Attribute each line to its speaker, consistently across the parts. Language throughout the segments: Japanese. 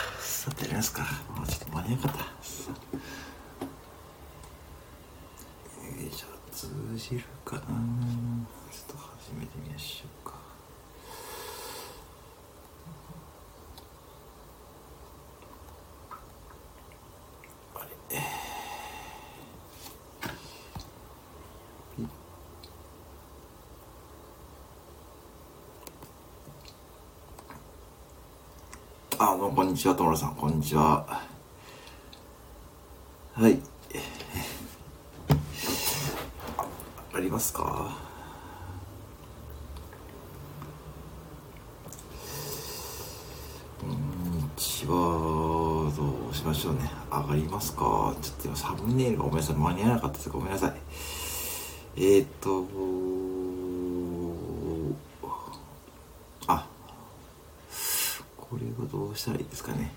Speaker 1: ですか。もうちょっと間に合わなかった。よいしょ、通じるかな。ちょっと始めてみましょうか。あれピッあどうもこんにちは、ともろさん、こんにちは。はい。あありますかこんにちは。どうしましょうね。上がりますかちょっと今サムネイルがごめんなさい。間に合わなかったです。ごめんなさい。えーっと、あ、これはどうしたらいいですかね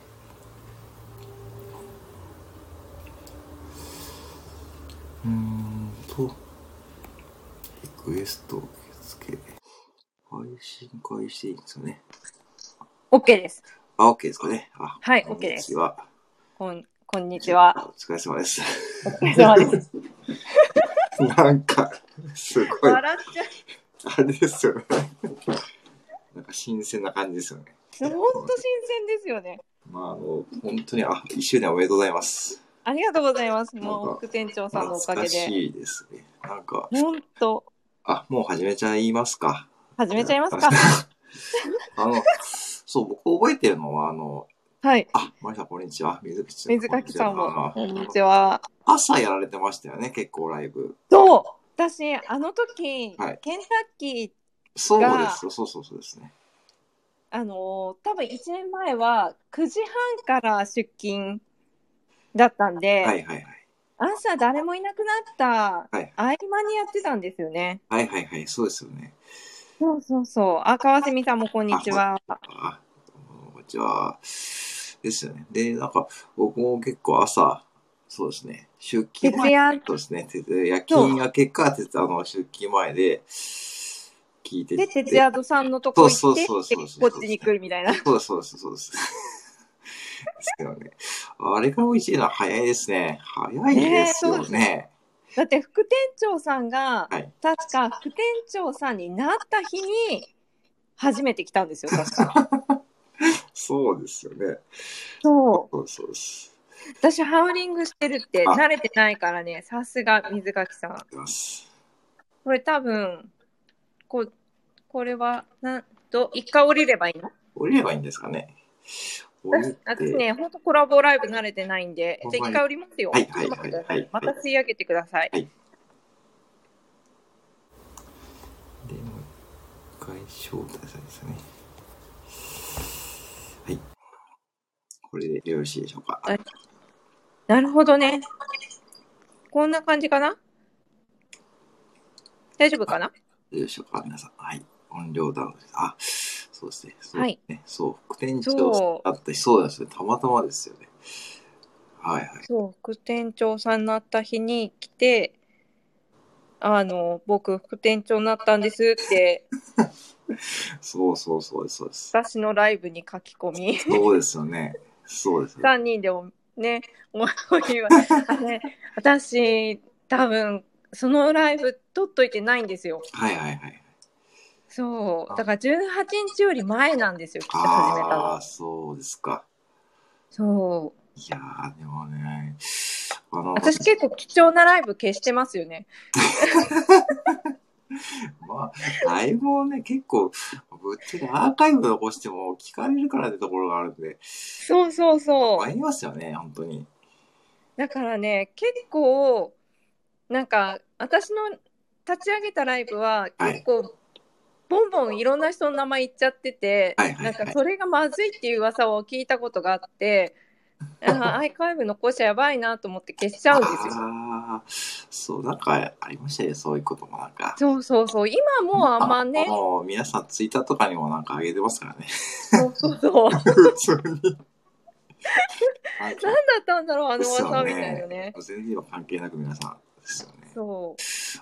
Speaker 1: うーんとリクエスト受付配信開始でいいんですよね
Speaker 2: OK です。
Speaker 1: あ OK ですかねあ
Speaker 2: はい
Speaker 1: こん
Speaker 2: OK で
Speaker 1: に
Speaker 2: す
Speaker 1: ちは
Speaker 2: こん、こんにちは。
Speaker 1: お疲れ様です
Speaker 2: お疲れ様です。
Speaker 1: なんかすごいあ
Speaker 2: 笑っちゃう。
Speaker 1: れですよね なんか新鮮な感じですよね
Speaker 2: ほんと新鮮ですよね。
Speaker 1: まああの本当にあ1周年おめでとうございます
Speaker 2: ありがとうございます。
Speaker 1: なんか
Speaker 2: もう副店長さんの
Speaker 1: 懐
Speaker 2: おかげ
Speaker 1: か
Speaker 2: で。
Speaker 1: しいですねなんか
Speaker 2: ほんと、
Speaker 1: あ、もう始めちゃいますか。
Speaker 2: 始めちゃいますか。
Speaker 1: あの、そう、僕覚えてるのは、あの、
Speaker 2: はい。
Speaker 1: あ、マリさん、こんにちは。水口さん。
Speaker 2: 水垣さん
Speaker 1: こち
Speaker 2: も、
Speaker 1: は
Speaker 2: こんにちは。
Speaker 1: 朝やられてましたよね、結構ライブ。
Speaker 2: そう私、あの時、
Speaker 1: はい
Speaker 2: ケンタッキー、
Speaker 1: そうで
Speaker 2: が
Speaker 1: すよ、そうそうそうですね。
Speaker 2: あのー多分1年前は9時半から出勤だったんで、
Speaker 1: はいはいはい。
Speaker 2: 朝誰もいなくなった
Speaker 1: はい
Speaker 2: 合間にやってたんですよね。
Speaker 1: はいはいはい、そうですよね。
Speaker 2: そうそうそう。あ、川蝉さんもこんにちは。
Speaker 1: あ、こんにちは。ですよね。で、なんか、僕も結構朝、そうですね、出勤
Speaker 2: 徹夜
Speaker 1: そうですね、徹夜夜勤明けか、徹あの出勤前で、聞いて
Speaker 2: で、
Speaker 1: て。
Speaker 2: 徹夜戸さんのとこ行って、
Speaker 1: そうそうそうそうそう
Speaker 2: でこっちに来るみたいな。
Speaker 1: そうです、そうです、そうです。ですよね。あれからも一年は早いですね。早いですよ
Speaker 2: ねえそうです
Speaker 1: ね。
Speaker 2: だって副店長さんが、
Speaker 1: はい
Speaker 2: 確か副店長さんになった日に、初めて来た んですよ、確か。
Speaker 1: そうですよね。
Speaker 2: そう。
Speaker 1: そうですそうです。
Speaker 2: 私、ハウリングしてるって
Speaker 1: あ
Speaker 2: 慣れてないからね、さすが水垣さん。
Speaker 1: あります。
Speaker 2: これ多分、ここれは、なんと、一回降りればいいの
Speaker 1: 降りればいいんですかね。降りて
Speaker 2: 私ね、ほんとコラボライブ慣れてないんで、じゃあ一回降りますよ。
Speaker 1: はいはいはいはいはい
Speaker 2: また吸い上げてください。
Speaker 1: でもう一回招待されですね。はい。これでよろしいでしょうか。
Speaker 2: はいなるほどね。こんな感じかな大丈夫かな
Speaker 1: よいしょか、皆さん。はい。音量ダウンです。あ、そうですね。そう
Speaker 2: はい
Speaker 1: ねそう、副店
Speaker 2: そ
Speaker 1: 長
Speaker 2: う
Speaker 1: だったし、そうなんですね。たまたまですよね。はいはい。
Speaker 2: そう、副店長さんになった日に来て、あの、僕、副店長になったんですって、
Speaker 1: そうそうそうです、そう です。
Speaker 2: 私のライブに書き込み、
Speaker 1: そうですよね。そうですよね。
Speaker 2: 3人でおね、思いは、あれ、私、多分、そのライブ撮っといてないんですよ。
Speaker 1: はいはいはい。
Speaker 2: そう。だから18日より前なんですよ、来て始めた
Speaker 1: ああ
Speaker 2: の
Speaker 1: ー、。そうですか。
Speaker 2: そう。
Speaker 1: いやー、でもね、あの、
Speaker 2: 私結構貴重なライブ消してますよね。
Speaker 1: まあ、ライブをね、結構、ぶっちゃけアーカイブ残しても聞かれるからってところがあるんで、
Speaker 2: そうそうそ
Speaker 1: 参
Speaker 2: う。
Speaker 1: りますよね、本当に。
Speaker 2: だからね、結構、なんか、私の立ち上げたライブは、
Speaker 1: はい
Speaker 2: 結構、ボンボンいろんな人の名前言っちゃってて、
Speaker 1: はいはいは
Speaker 2: ないんかそれがまずいっていう噂を聞いたことがあって、 あーアイカイブ残しちゃやばいなと思って消しちゃうんですよ。
Speaker 1: ああ、そう、なんかありましたよね、そういうこともなんか。
Speaker 2: そうそうそう。今もうあんまね
Speaker 1: あ、もう皆さんツイッターとかにもなんか上げてますから ね。
Speaker 2: そうそ うそう。何だ
Speaker 1: 普通 に。なんか
Speaker 2: ったんだろう、あの
Speaker 1: そう
Speaker 2: 噂
Speaker 1: ね
Speaker 2: みたいなね。
Speaker 1: 全然今関係なく皆さんですよね。
Speaker 2: そ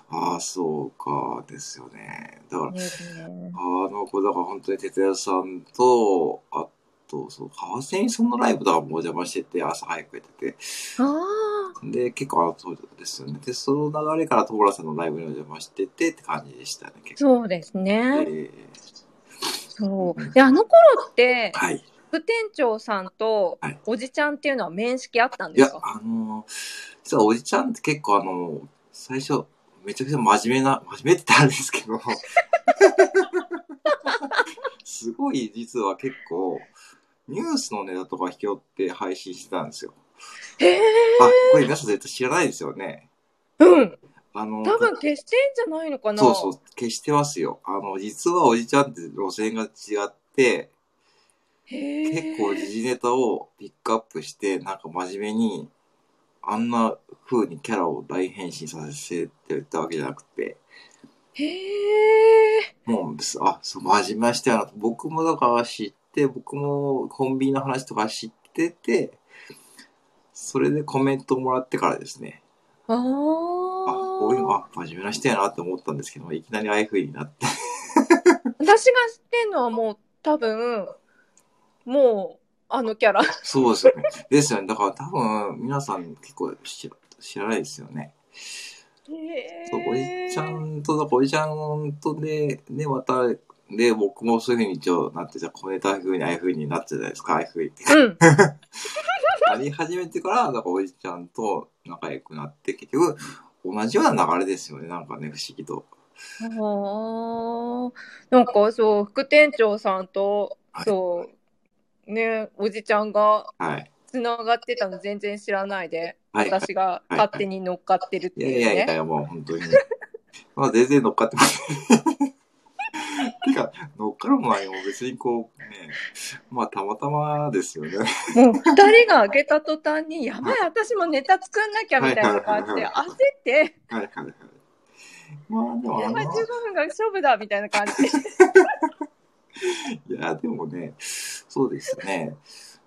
Speaker 1: ああ、そうか、ですよね。だから
Speaker 2: う。、ねえねえ
Speaker 1: あの子、だから本当に哲也さんと、あと、その川セミソンのライブとかもお邪魔してて、朝早くやってて、
Speaker 2: あ
Speaker 1: で、結構あそうですよね。で、その流れからトーラさんのライブにお邪魔しててって感じでしたね、結構。
Speaker 2: そうですね。
Speaker 1: え
Speaker 2: そう。で、あの頃って
Speaker 1: ー、はい。
Speaker 2: 副店長さんと
Speaker 1: はい
Speaker 2: おじちゃんっていうのは面識あったん
Speaker 1: い
Speaker 2: です
Speaker 1: や
Speaker 2: か、
Speaker 1: あのー実はおじちゃんって結構あのー最初、めちゃくちゃ真面目な、真面目って言ったんですけ ど、すごい実は結構、ニュースのネタとか拾って配信してたんですよ。
Speaker 2: へえ。
Speaker 1: あ、これ皆さん絶対知らないですよね。
Speaker 2: うん。
Speaker 1: あのー、
Speaker 2: 多分消してんじゃないのかな
Speaker 1: そうそう、消してますよ。あの、実はおじちゃんって路線が違って、
Speaker 2: へえ。
Speaker 1: 結構時事ネタをピックアップして、なんか真面目に、あんな風にキャラを大変身させてたわけじゃなくて、
Speaker 2: へえ。
Speaker 1: もう、あ、そう、真面目な人やなと。僕もだから知って、僕もコンビニの話とか知ってて、それでコメントもらってからですね、
Speaker 2: ああ。
Speaker 1: あ、こういうの、あ、真面目な人やなって思ったんですけど、いきなりああいう風になって、
Speaker 2: 私が知ってんのはもう多分、もう、あのキャラ。
Speaker 1: そうですよね。 ですよね。だから多分、皆さん結構知ら知らないですよね。そう、おじちゃんと、だからおじちゃんとで、で、また、で、僕もそういうふうに一応なって、じゃあ小ネタ風に、ああいうふうになってたじゃないですか、ああいうふうに。
Speaker 2: うん。
Speaker 1: なり始めてから、だからおじちゃんと仲良くなって、結局、同じような流れですよね、なんかね、不思議と。
Speaker 2: ああ、なんかそう、副店長さんと、
Speaker 1: はい
Speaker 2: そう、ね、おじちゃんが
Speaker 1: はい。
Speaker 2: つながってたの全然知らないで、
Speaker 1: はいはい
Speaker 2: 私が勝手に乗っかってるって
Speaker 1: い
Speaker 2: い
Speaker 1: や
Speaker 2: うね。
Speaker 1: いやいやいや、もう本 当に。まあ全然乗っかってます。てか、乗っかる前も別にこう、ね、まあたまたまですよね。
Speaker 2: もう二人が開けた途端に、やばい、私もネタ作んなきゃみたいな感じで、焦
Speaker 1: はい
Speaker 2: って、
Speaker 1: はいはいはい。まあでもあ
Speaker 2: やばい、15
Speaker 1: の、
Speaker 2: 分が勝負だみたいな感じで。
Speaker 1: いやでもね、そうですね。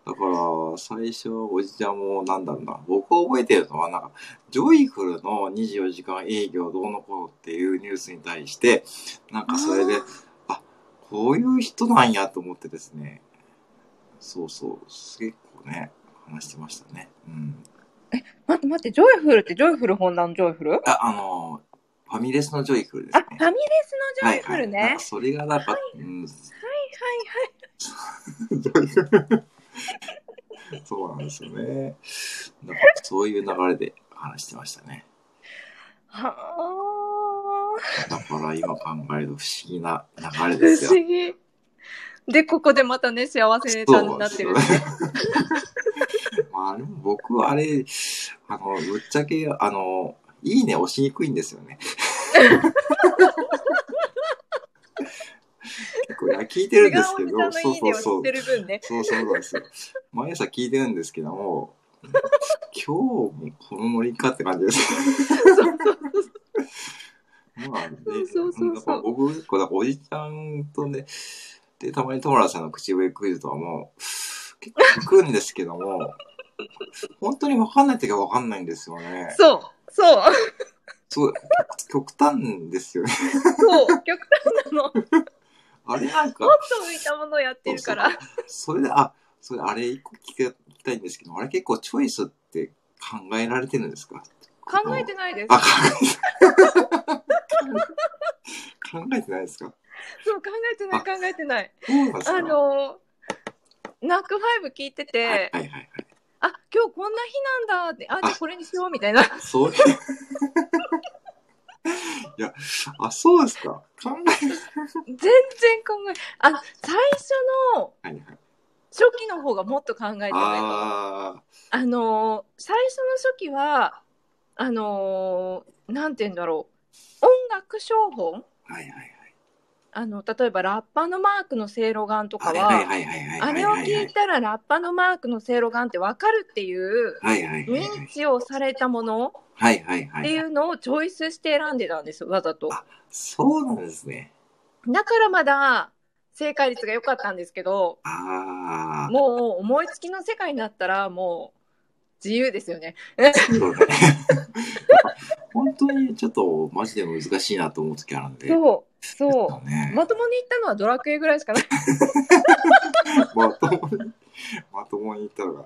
Speaker 1: だから、最初、おじちゃんも、なんだろうな、僕覚えてるのは、なんか、ジョイフルの24時間営業どうのこうのっていうニュースに対して、なんかそれで、こういう人なんやと思ってですね、そうそう、結構ね、話してましたね。うん。
Speaker 2: 待って待って、ジョイフルってジョイフル本田のジョイフル
Speaker 1: あ、あの、ファミレスのジョイフルで
Speaker 2: あ、
Speaker 1: す
Speaker 2: ファミ
Speaker 1: ね。
Speaker 2: レスのジョイフルね。
Speaker 1: はは、
Speaker 2: はいいはい
Speaker 1: なんかそれがなんか、うん、
Speaker 2: いはい。
Speaker 1: そうなんですよね。なんからそういう流れで話してましたね。
Speaker 2: はあ、
Speaker 1: だから今考えると不思議な流れ
Speaker 2: 不
Speaker 1: ですよ。
Speaker 2: 思議。で、ここでまたね、幸せネタになって
Speaker 1: そ
Speaker 2: る。
Speaker 1: うですよまあでも僕はあれ、あの、ぶっちゃけ、あの、いいね押しにくいんですよ ね。結構いや聞いて
Speaker 2: 違
Speaker 1: る
Speaker 2: うん
Speaker 1: です
Speaker 2: お
Speaker 1: け
Speaker 2: じ
Speaker 1: ど、
Speaker 2: さんの
Speaker 1: そう
Speaker 2: いい
Speaker 1: そ
Speaker 2: ね
Speaker 1: う
Speaker 2: を知
Speaker 1: そう
Speaker 2: っ。てる分ね。
Speaker 1: そうそうなんですよ。毎朝聞いてるんですけども、今日もこのノリかって感じです。まあね、
Speaker 2: そうそうそうそう
Speaker 1: だから僕結構、だからおじちゃんとね、で、たまにトモラさんの口笛クイズとかも、結構聞くんですけども、本当に分かんない時は分かんないんですよね。
Speaker 2: そう、そう、
Speaker 1: すごい、極端ですよね。
Speaker 2: そう、極端なの。もっと
Speaker 1: あれなんか、
Speaker 2: 浮いたものやってるから。
Speaker 1: それで、あ、それあれ一個聞きたいんですけど、あれ結構チョイスって考えられてるんですか
Speaker 2: 考えてないです
Speaker 1: あ、。考えて考えてないですか
Speaker 2: そう、考えてない、
Speaker 1: あ
Speaker 2: 考えてない。
Speaker 1: そうなんですか
Speaker 2: あの、ナックファイブ聞いてて、
Speaker 1: はいはいはいはい。
Speaker 2: あ、今日こんな日なんだって、あ、じゃあこれにしようみたい な。
Speaker 1: そういう。いや、あ、そうですか。考え
Speaker 2: 全然考え、あ、最初の
Speaker 1: はいはい。
Speaker 2: 初期の方がもっと考えてたよ。
Speaker 1: あ
Speaker 2: あのー最初の初期はあのーなんて言うんだろう音楽商本
Speaker 1: あ、はいはいはい。
Speaker 2: あの例えばラッパのマークのせいろがんとか
Speaker 1: はい
Speaker 2: は,、
Speaker 1: はいはいはいはい。
Speaker 2: あれを聞いたらラッパのマークのせいろがんってわかるっていう
Speaker 1: はいはいはいはい。
Speaker 2: 認知をされたもの
Speaker 1: はいはいは
Speaker 2: っ
Speaker 1: い
Speaker 2: てい。うのをチョイスして選んでたんですよわざと。
Speaker 1: あそうなんですね。
Speaker 2: だからまだ正解率が良かったんですけど
Speaker 1: ああ。
Speaker 2: もう思いつきの世界になったらもう自由ですよね。
Speaker 1: そうね。本当にちょっとマジで難しいなと思う時あるんで。
Speaker 2: そうそう
Speaker 1: ね
Speaker 2: まともに言ったのはドラクエぐらいしかない。
Speaker 1: まともに、まともに言ったのが。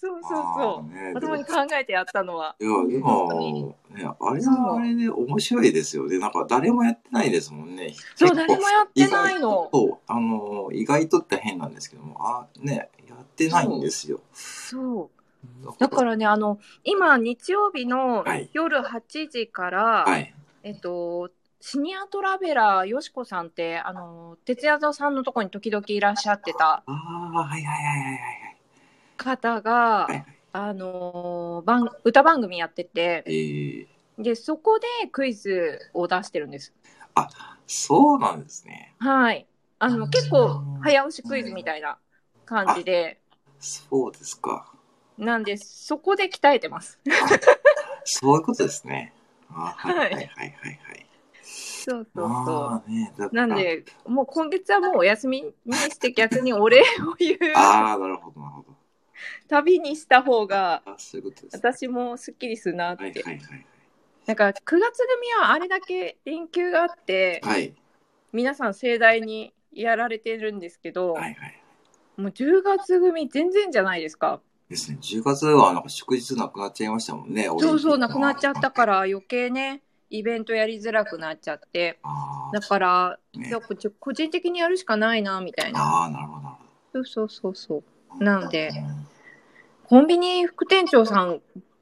Speaker 2: そうそうそう。
Speaker 1: う。ね、
Speaker 2: ま
Speaker 1: で
Speaker 2: と
Speaker 1: も
Speaker 2: もに考えてやったのは。
Speaker 1: いや、でも、ね、あれはあれで面白いですよね。なんか誰もやってないですもんね。
Speaker 2: そ
Speaker 1: 結
Speaker 2: う、
Speaker 1: 構
Speaker 2: 誰もやってないの
Speaker 1: 意外。とあの、意外とって変なんですけども、あ、ね、やってないんですよ。
Speaker 2: そう。だからね、あの、今、日曜日の
Speaker 1: はい
Speaker 2: 夜8時から、
Speaker 1: はい。
Speaker 2: えっと、シニアトラベラーよしこさんって、あの、哲也座さんのとこに時々いらっしゃって
Speaker 1: あ
Speaker 2: た
Speaker 1: あ、はいはいはいはいはい。
Speaker 2: 方が、
Speaker 1: はい
Speaker 2: あの、番歌番組やって
Speaker 1: え
Speaker 2: て、
Speaker 1: ー、
Speaker 2: で、そこでクイズを出してるんです。
Speaker 1: そうなんですね。
Speaker 2: はい。あの、結構、早押しクイズみたいな感じで、
Speaker 1: そうですか。
Speaker 2: なんで、そこで鍛えて ます。
Speaker 1: そういうことですね。あはいは
Speaker 2: はいい
Speaker 1: はいはいはい。
Speaker 2: そうそうそ
Speaker 1: まあね、だ
Speaker 2: う。
Speaker 1: から
Speaker 2: なんで、もう今月はもうお休みにして逆にお礼を言う
Speaker 1: ああ、なるほどなるほど。
Speaker 2: 旅にした方が、
Speaker 1: あそういうことですね。
Speaker 2: 私もすっきりするなって。
Speaker 1: はいはいはい。
Speaker 2: なんか9月組はあれだけ連休があって、
Speaker 1: はい
Speaker 2: 皆さん盛大にやられてるんですけど、
Speaker 1: はいはい。
Speaker 2: もう10月組全然じゃないですか。
Speaker 1: ですね、10月はなんか祝日なくなっちゃいましたもんね。。
Speaker 2: そうそう、なくなっちゃったからら余計ね、イベントやりづらくなっちゃって。
Speaker 1: あ
Speaker 2: だから、
Speaker 1: あ、ね
Speaker 2: じゃあこっち個人的にやるしかないな、みたいな。
Speaker 1: ああ、なるほどなる
Speaker 2: そうそうそうそう。
Speaker 1: ほど。
Speaker 2: なんで
Speaker 1: うん
Speaker 2: コンビニ副店長さん、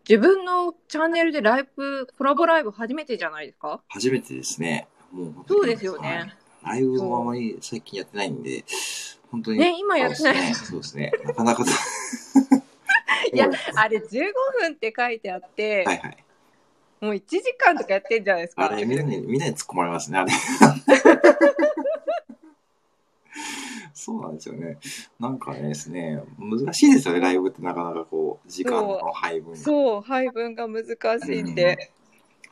Speaker 2: 自分のチャンネルでライブ、コラボライブ初めてじゃないですか
Speaker 1: 初めてですね。もう本当に
Speaker 2: そうですよね。。
Speaker 1: はいライブもあまり最近やってないんで、本当に。
Speaker 2: ね、今やってない。
Speaker 1: そうですね。そうですねなか なかだ。
Speaker 2: いや
Speaker 1: は、
Speaker 2: あれ15分って書いてあって、
Speaker 1: いはい。
Speaker 2: もう1時間とかやってんじゃないです
Speaker 1: あ
Speaker 2: か。
Speaker 1: れ、みんなに、みんなに突っ込まれますね、あ れ。そうなんですよね。なんかねですね、難しいですよね、ライブってなかなかこう、時間の配分が。
Speaker 2: そう、配分が難しいって。
Speaker 1: うん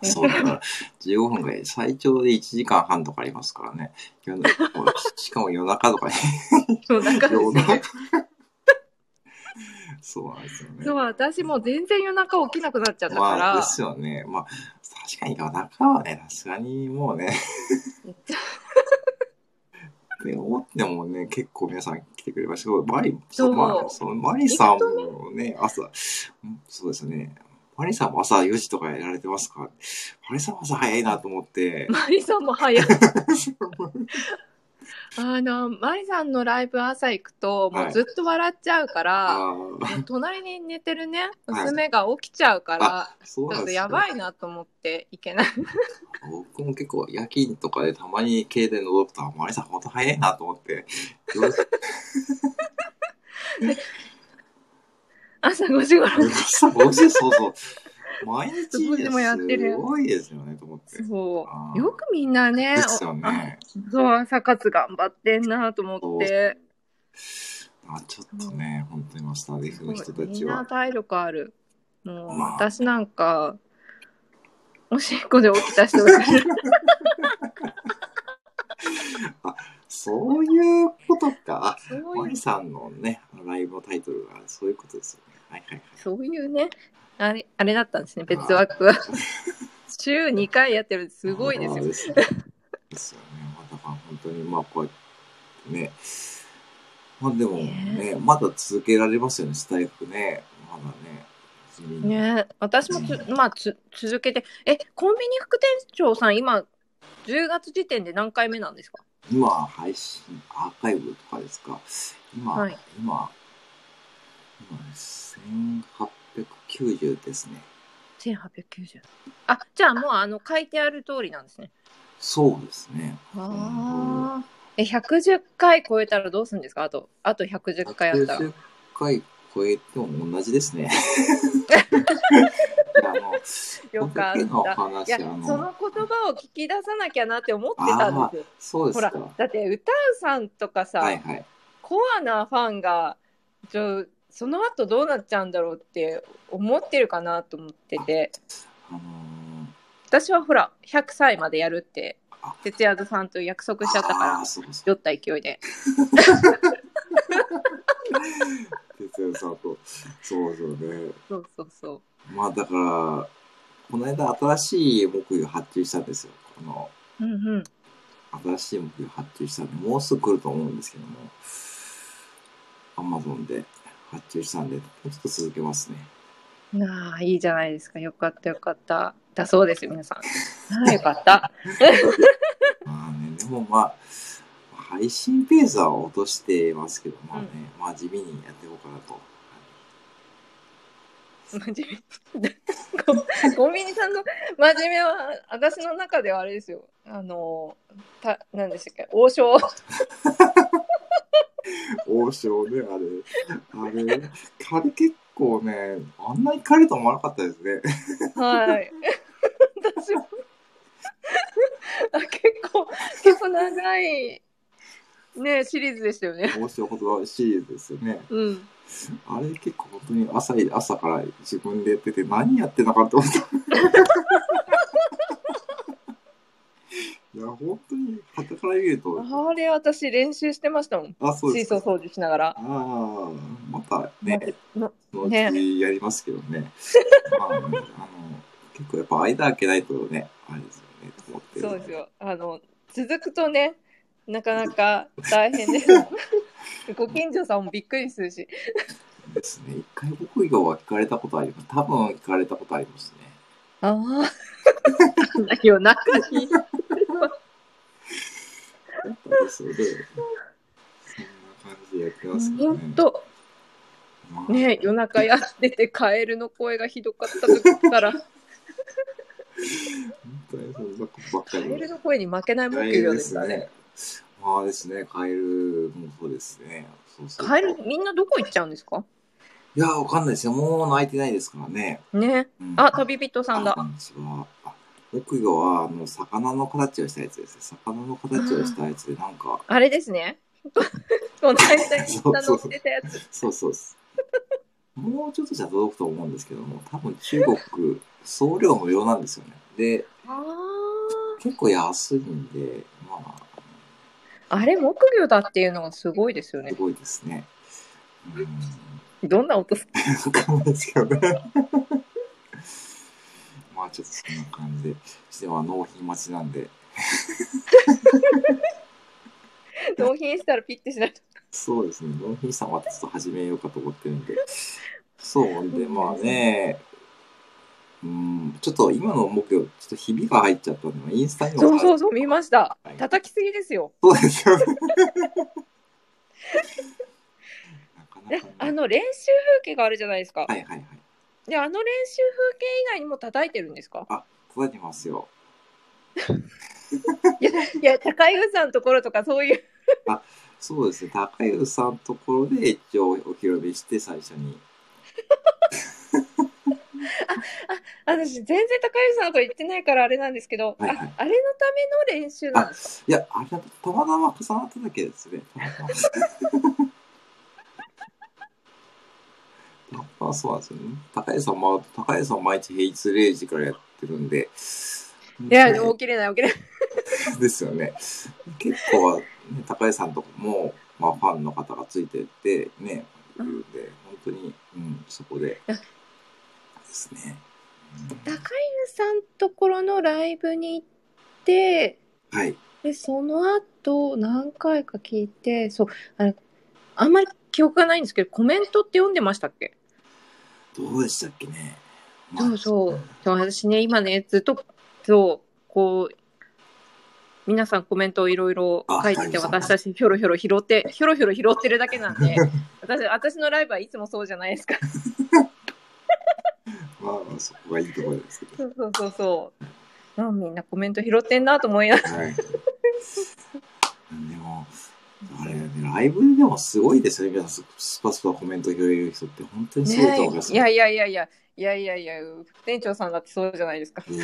Speaker 1: そうだから、15分ぐらい、最長で1時間半とかありますからね。夜中しかも夜中とかね。
Speaker 2: そう、なんかです
Speaker 1: 夜中
Speaker 2: ね。
Speaker 1: そうなんですよね。
Speaker 2: そう、私もう全然夜中起きなくなっちゃったから、
Speaker 1: まあ、ですよね。まあ、確かに夜中はね、さすがにもうね。で思ってもね、結構皆さん来てくれましたけど、マリ、
Speaker 2: そう
Speaker 1: まあ、そのマリさんもね、朝、うんそうですね。マリさんも朝4時とかやられてますかマリさんも朝早いなと思って。
Speaker 2: マリさんも早 い。あの、マリさんのライブ朝行くと、もうずっと笑っちゃうから、
Speaker 1: ああ、
Speaker 2: もう隣に寝てるね、
Speaker 1: はい
Speaker 2: 娘が起きちゃうから、
Speaker 1: そう
Speaker 2: ち
Speaker 1: なん
Speaker 2: ょっと
Speaker 1: ですよ
Speaker 2: やばいなと思っていけない。
Speaker 1: 僕も結構夜勤とかでたまに携帯のドクターも、マリさん本当早いなと思って。よし
Speaker 2: 朝5時頃。
Speaker 1: 5時、そう そう。毎日です
Speaker 2: ごいでもやってる
Speaker 1: すごいですよね、と思って。あ
Speaker 2: そ
Speaker 1: ー
Speaker 2: う。よくみんなね、
Speaker 1: ですよね。
Speaker 2: おそう、朝活頑張ってんなと思って。
Speaker 1: あちょっとね、本当にマスターデフの人た
Speaker 2: み
Speaker 1: ち
Speaker 2: んな
Speaker 1: は。
Speaker 2: 体力ある。もう、
Speaker 1: まあ
Speaker 2: 私なんか、おしっこで起きた人がいる。
Speaker 1: そういうことか。
Speaker 2: そ
Speaker 1: あ
Speaker 2: うい
Speaker 1: マ
Speaker 2: う
Speaker 1: リ、さんのね、あのライブのタイトルがそういうことですよね。はいはい
Speaker 2: そういうね、あれ、あれだったんですね、別枠は。 週2回やってるすごいですよ。
Speaker 1: すよ。ですよね。まあだから本当に、まあこうやってね。まあでもね、まだ続けられますよね、スタイフね。まだね。地味に。
Speaker 2: ね私もつ、まあ、つ続けて、え、コンビニ副店長さん、今、10月時点で何回目なんですか
Speaker 1: 今、配信、アーカイブとかですか。今、
Speaker 2: はい
Speaker 1: 今、今、1890ですね。
Speaker 2: 1890あじゃあもうあの書いてある通りなんですね
Speaker 1: そうですね。
Speaker 2: ああえ110回超えたらどうするんですかあとあと110回やったら
Speaker 1: 110回超えても同じです ね。いやあの
Speaker 2: よかっ
Speaker 1: 僕の
Speaker 2: たい
Speaker 1: 話
Speaker 2: や
Speaker 1: あの
Speaker 2: その言葉を聞き出さなきゃなって思ってたんです
Speaker 1: そう
Speaker 2: よ
Speaker 1: で
Speaker 2: ほ
Speaker 1: す
Speaker 2: ら
Speaker 1: か。
Speaker 2: だって歌うさんとかさ、
Speaker 1: はいはい。
Speaker 2: コアなファンがちょその後どうなっちゃうんだろうって思ってるかなと思ってて
Speaker 1: あのー
Speaker 2: 私はほら100歳までやるって
Speaker 1: あ
Speaker 2: 徹夜さんと約束しちゃったから
Speaker 1: あーそうそう
Speaker 2: 酔った勢いで
Speaker 1: 哲也さんと。そうそうね。
Speaker 2: そうそうそう
Speaker 1: まあだから、この間新しい目標発注したんですよ。この
Speaker 2: うんうん
Speaker 1: 新しい目標発注したんで、もうすぐ来ると思うんですけども。アマゾンで発注したんで、もうちょっと続けますね。
Speaker 2: なあ、いいじゃないですか。よかった、よかった。だそうですよ、皆さん。ああ、よかった。
Speaker 1: まあね、でもまあ、配信ペースは落としてますけど、まあね、まあ地味にやっていこうかなと。
Speaker 2: 真面目。 ココンビニさんの真面目は、私の中ではあれですよ。あの、た、なんでしたっけ、王将。
Speaker 1: 王将ね、あれ。あれ、カレ結構ね、あんなにカレと思わなかったですね。
Speaker 2: はい。私もあ結構、結構長い、ね、シリーズでしたよね。
Speaker 1: 王将ほどシリーズですよね。
Speaker 2: うん。
Speaker 1: あれ結構本当に朝い、朝から自分でやってて、何やってんのかと思った。いや、本当に、はたから見ると、
Speaker 2: あれ、私、練習してましたもん。
Speaker 1: あ、そう
Speaker 2: シ
Speaker 1: で
Speaker 2: ー
Speaker 1: すか
Speaker 2: ソー。掃除しながら
Speaker 1: あ。あ、またね、
Speaker 2: ま
Speaker 1: そのうちやりますけど ね。まあ、あの、結構やっぱ間開けないとね、あれですよね、と思って。
Speaker 2: そうです。よ。あの、続くとね、なかなか大 変ですよ。ご近所さんもびっくりするし。
Speaker 1: ですね。一回僕以外は聞かれたことあります。多分聞かれたことありますね。
Speaker 2: ああ。 夜中に。
Speaker 1: やっぱですよね。そんな感じでやってますけどね。
Speaker 2: 本当。
Speaker 1: まあ
Speaker 2: ね、夜中やっててカエルの声がひどかった時から
Speaker 1: 本当にそんなことばっか
Speaker 2: カエ
Speaker 1: り。
Speaker 2: ルの声に負けない
Speaker 1: カ
Speaker 2: 木
Speaker 1: エルで
Speaker 2: 魚です
Speaker 1: す
Speaker 2: からね
Speaker 1: ね。まあですね、カエルもそうですね。そうそう
Speaker 2: カエルみんなどこ行っちゃうんですか
Speaker 1: いや、わかんないですよ。もう泣いてないですからね。
Speaker 2: ね
Speaker 1: うん
Speaker 2: あ旅人さんだ
Speaker 1: こんにちは。あ奥魚は、あの、魚の形をしたやつですね。魚の形をしたやつで、なん か、
Speaker 2: あれですねこの間インスタ載ってたやつ
Speaker 1: そうそうです。もうちょっとじゃ届くと思うんですけども、多分中国、送料無料なんですよね。で、
Speaker 2: あ
Speaker 1: 結構安いんで、ま
Speaker 2: ああれ木魚だっていうのがすごいですよ
Speaker 1: あ、す
Speaker 2: ね
Speaker 1: ごいですね。うん。
Speaker 2: どんな音す
Speaker 1: わかんないですけどね。 まあちょっとそんな感じで、しては納品待ちなんで、
Speaker 2: 納品したらピッてしないと
Speaker 1: そうですね、納品したまたちょっと始めようかと思ってるん で。そう、で、まあね、うん、ちょっと今の目標、ちょっとひびが入っちゃったので、インスタにも
Speaker 2: そうそうそう見ました
Speaker 1: はい
Speaker 2: 叩きすぎですよ
Speaker 1: そうです よね。なか
Speaker 2: で
Speaker 1: なか、ね、
Speaker 2: あの練習風景があるじゃないですか
Speaker 1: はいはいはい。
Speaker 2: であの練習風景以外にも叩いてるんですか
Speaker 1: 答えてますよ。
Speaker 2: いやいや高井さんのところとかそういう
Speaker 1: そうですね、高湯さんのところで一応お披露目して、最初に。
Speaker 2: 私全然高橋さんのとこ行ってないからあれなんですけど、
Speaker 1: はいはい
Speaker 2: ああれのための練習なんです
Speaker 1: いや、あれだとたまたま重なっただけですね。あそうなんですよね。高江さんも、高江さん毎日平日0時からやってるんで。
Speaker 2: いや、
Speaker 1: ね
Speaker 2: 起きれない起きれない
Speaker 1: ですよね。結構、ね、高江さんとかも、まあ、ファンの方がついてって、ね、いるんで、本当に、うん、そこで。ですね。
Speaker 2: 高井さんところのライブに行って
Speaker 1: うんはい。
Speaker 2: でその後何回か聞いてそうあのあんまり記憶がないんですけどコメントって読んでましたっけ
Speaker 1: どうでしたっけね。まあ
Speaker 2: そうそう。そう私ね今ねずっとそうこう皆さんコメントをいろいろ書いてて
Speaker 1: あはい
Speaker 2: 私たちひょろひょろ拾ってひょろひょろ拾ってるだけな んで私私のライブはいつもそうじゃないですか
Speaker 1: まあまあ、そこがいいところですけど。
Speaker 2: そうそうそうそう。あみんなコメント拾ってんなと思いなが
Speaker 1: はい。でも、あれ、ね、ライブでもすごいですよね。皆さん、スパスパコメント拾える人って本当
Speaker 2: ら。
Speaker 1: にすごいと思います
Speaker 2: い
Speaker 1: よ。
Speaker 2: やいやいやいや、いやいやいや、副店長さんだってそうじゃないですか。
Speaker 1: うん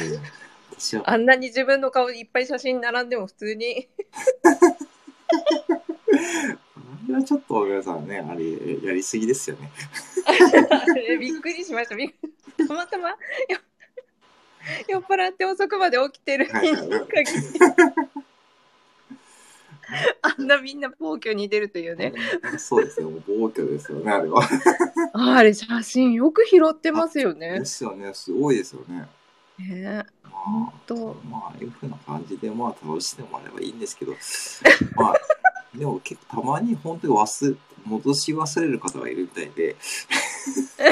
Speaker 1: 私は
Speaker 2: あんなに自分の顔いっぱい写真並んでも普通に。
Speaker 1: あれはちょっと皆さんね、あれ、やりすぎですよね。
Speaker 2: びっくりしました。びっくりたまたまよ酔っ払って遅くまで起きてる
Speaker 1: はい
Speaker 2: 日に限って。あんなみんな暴挙に出るというね。
Speaker 1: そうですね、もう暴挙ですよね、あれは。
Speaker 2: ああれ写真よく拾ってますよね
Speaker 1: で。すよね、すごいですよね。
Speaker 2: ね
Speaker 1: ま
Speaker 2: 本
Speaker 1: あ、
Speaker 2: 当
Speaker 1: まあ、ああいうふうな感じで、まあ、楽しんでもらえばいいんですけど、まあ、でも結構たまに本当に忘れ戻し忘れる方がいるみたいで
Speaker 2: そう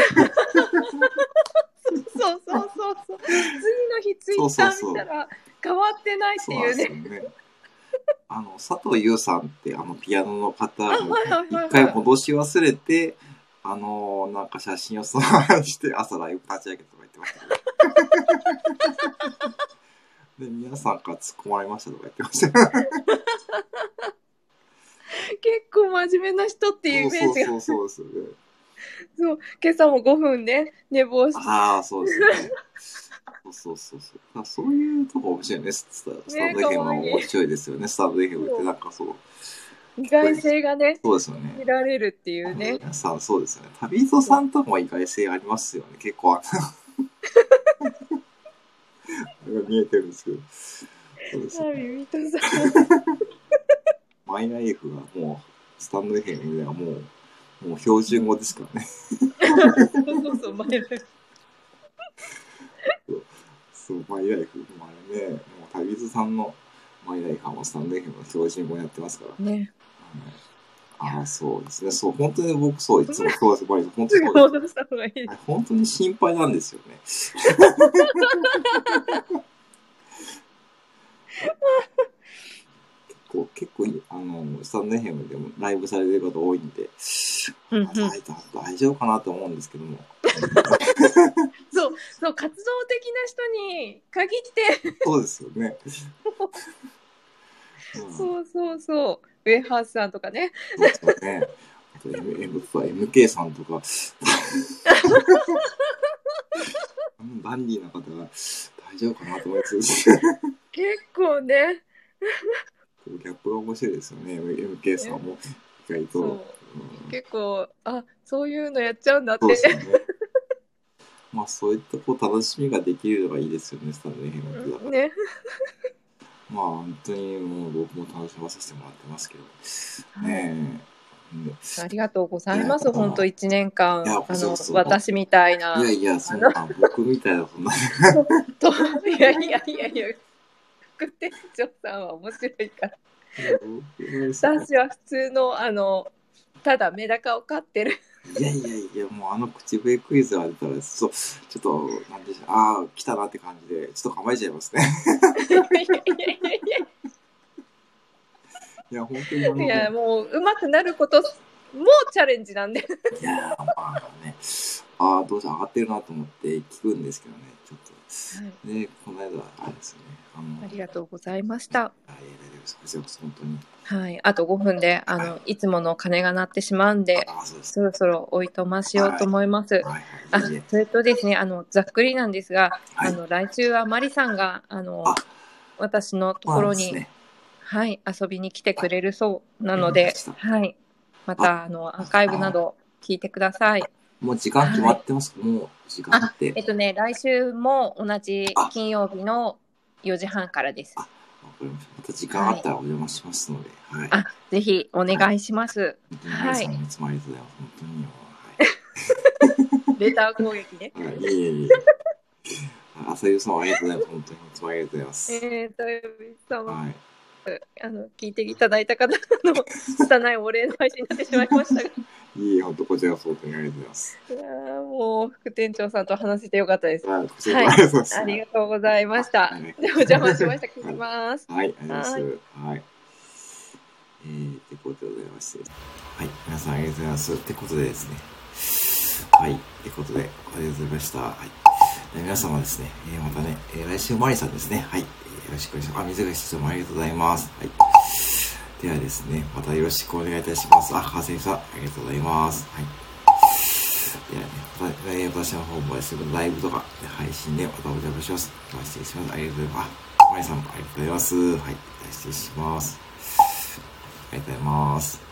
Speaker 2: そうそうそう。次の日ツイッター見たら変わってないって
Speaker 1: そうなんで
Speaker 2: いう
Speaker 1: すよ
Speaker 2: ね。
Speaker 1: ね。あの佐藤優さんってあのピアノの方も
Speaker 2: はいはいはい
Speaker 1: 一回戻し忘れてあのなんか写真をそのままして 朝ライブ立ち上げとか言ってましたけど で皆さんから突っ込まれましたとか言ってましたっ
Speaker 2: 結構真面目な人っていうイメージが。
Speaker 1: そうそうそうそうですよね
Speaker 2: そう今朝も5分ね寝坊して。
Speaker 1: ああそうですねそうそうそうそうだからそういうとこ面白いねススタスタンド FM
Speaker 2: かわ
Speaker 1: はい
Speaker 2: い
Speaker 1: 面白いですよねスタンド FM ってなんかそう
Speaker 2: 意外性がね
Speaker 1: そうですよね
Speaker 2: 見られるっていうね。
Speaker 1: 皆さんそうですよね。旅人さんとも意外性ありますよね。結構あのなんか 見えてるんですけど。そうです
Speaker 2: は
Speaker 1: ね
Speaker 2: い、ミトさん。
Speaker 1: マイライフはもうスタンド FM ではもうもう標準語ですからね。
Speaker 2: そうそうそう前の日
Speaker 1: そうマイライフもあれね、もう旅人さんのマイライフはもうスタンド FM の標準語になってますから。
Speaker 2: ね。
Speaker 1: はいああそうですね。そう本当に僕そういつもそうです。マイライフ本当
Speaker 2: す
Speaker 1: に
Speaker 2: ぐ
Speaker 1: そうです。
Speaker 2: 戻した方がいい。
Speaker 1: 本当に心配なんですよね。結構、結構いい、あの、スタンドヘムでもライブされてる方多いんで、
Speaker 2: うんう
Speaker 1: あ大
Speaker 2: ん。
Speaker 1: 大丈夫かなと思うんですけども。
Speaker 2: そうそう活動的な人に限って
Speaker 1: そうですよね。うんそう
Speaker 2: そうそうそうウェハースさんとかね。
Speaker 1: ですよね。あと M M MK さんとか、あのダンディーな方が大丈夫かなと思います。
Speaker 2: 結構ね。
Speaker 1: ギャップが面白いですよね、M- MK さんも意外と。
Speaker 2: そう。
Speaker 1: うん
Speaker 2: 結構あそういうのやっちゃうんだって
Speaker 1: そう
Speaker 2: ね
Speaker 1: ですよね。 まあそういったこう楽しみができるのがいいですよね、スタンド FM ってだから。
Speaker 2: ね
Speaker 1: まあ本当にもう僕も楽しませてもらってますけど。ねえ。
Speaker 2: ありがとうございま
Speaker 1: い
Speaker 2: す
Speaker 1: や
Speaker 2: 本当一年間
Speaker 1: いや
Speaker 2: あ
Speaker 1: そ
Speaker 2: の
Speaker 1: うそう
Speaker 2: 私みたいない
Speaker 1: やいや、そんな僕みたいなそんな。
Speaker 2: といやいやいやいや副店長さんは面白いから私は普通のあのただメダカを 飼ってる
Speaker 1: いやいやいや、もうあの口笛クイズが出たら、そう、ちょっと、なんでしょう、ああ、来たなって感じで、ちょっと構えちゃいますね。
Speaker 2: いやいやい
Speaker 1: いや、本当にあの
Speaker 2: やいやいやもう上手くなることもチャレンジなんで
Speaker 1: いやーまあね、ああ、どうせ上がってるなと思って聞くんですけどね、ちょっと。ね、この間、あれですよね、あの、
Speaker 2: ありがとうございました
Speaker 1: あいや大丈夫です。こちらこそ本当に。
Speaker 2: はいあと5分であのいつもの鐘が鳴ってしまうんで
Speaker 1: ああ、そうです。
Speaker 2: そろそろおいとましようと思います
Speaker 1: はい、
Speaker 2: あ
Speaker 1: はい、いえいえ
Speaker 2: それとですねあのざっくりなんですが、
Speaker 1: はい
Speaker 2: あの来週はマリさんがあの
Speaker 1: あ
Speaker 2: 私のと
Speaker 1: そう
Speaker 2: こ
Speaker 1: なん
Speaker 2: ろ
Speaker 1: です
Speaker 2: に、
Speaker 1: ね
Speaker 2: はい遊びに来てくれるそうなので
Speaker 1: わかりまし
Speaker 2: はいまたあのアーカイブなど聞いてください。
Speaker 1: もう時間決まってます。もう時間っ
Speaker 2: え
Speaker 1: て
Speaker 2: っ。とね来週も同じ
Speaker 1: あ
Speaker 2: 金曜日の4時半からです。
Speaker 1: わかりました。また時間あったらお邪魔しますので、はい。
Speaker 2: あぜひお願いします。
Speaker 1: 本当に皆さん、いつもありがとうございます。本当にも
Speaker 2: レター攻撃 ね。
Speaker 1: う。はい。はい、いえいえいえ。あさゆさん、ありがとうございます。本当にいつもありがとうございます。
Speaker 2: えー、とよびさんは
Speaker 1: はい。
Speaker 2: あの聞いていただいた方の拙いお礼の配信になってしまいましたが。
Speaker 1: いえいえ、本当こちらこそ本当にありがとうございます。
Speaker 2: いやーもう副店長さんと話せてよかったです。
Speaker 1: はい、こちらこそありがとうございます。
Speaker 2: ありがとうござ
Speaker 1: はい。
Speaker 2: いましたでお邪魔しました。聞きます。
Speaker 1: はい、ありがとうございます。はい。えー、ってことでございまして。はい、皆さんありがとうございます。ってことでですね。はい、ってことで、ありがとうございました。はい。えー皆様ですね、えーまたね、えー来週マリさんですね。はい、えーよろしくお願いします。あ、水口さんもありがとうございます。はい。ではですね、またよろしくお願いいたします。あ、川崎さん、ありがとうございます。はい。ではね、また、えー私の方もですね、ライブとか、配信でまたお邪魔します。まあ失礼します。ありがとうございます。あマリさんもありがとうございます。はい。失礼します。ありがとうございます。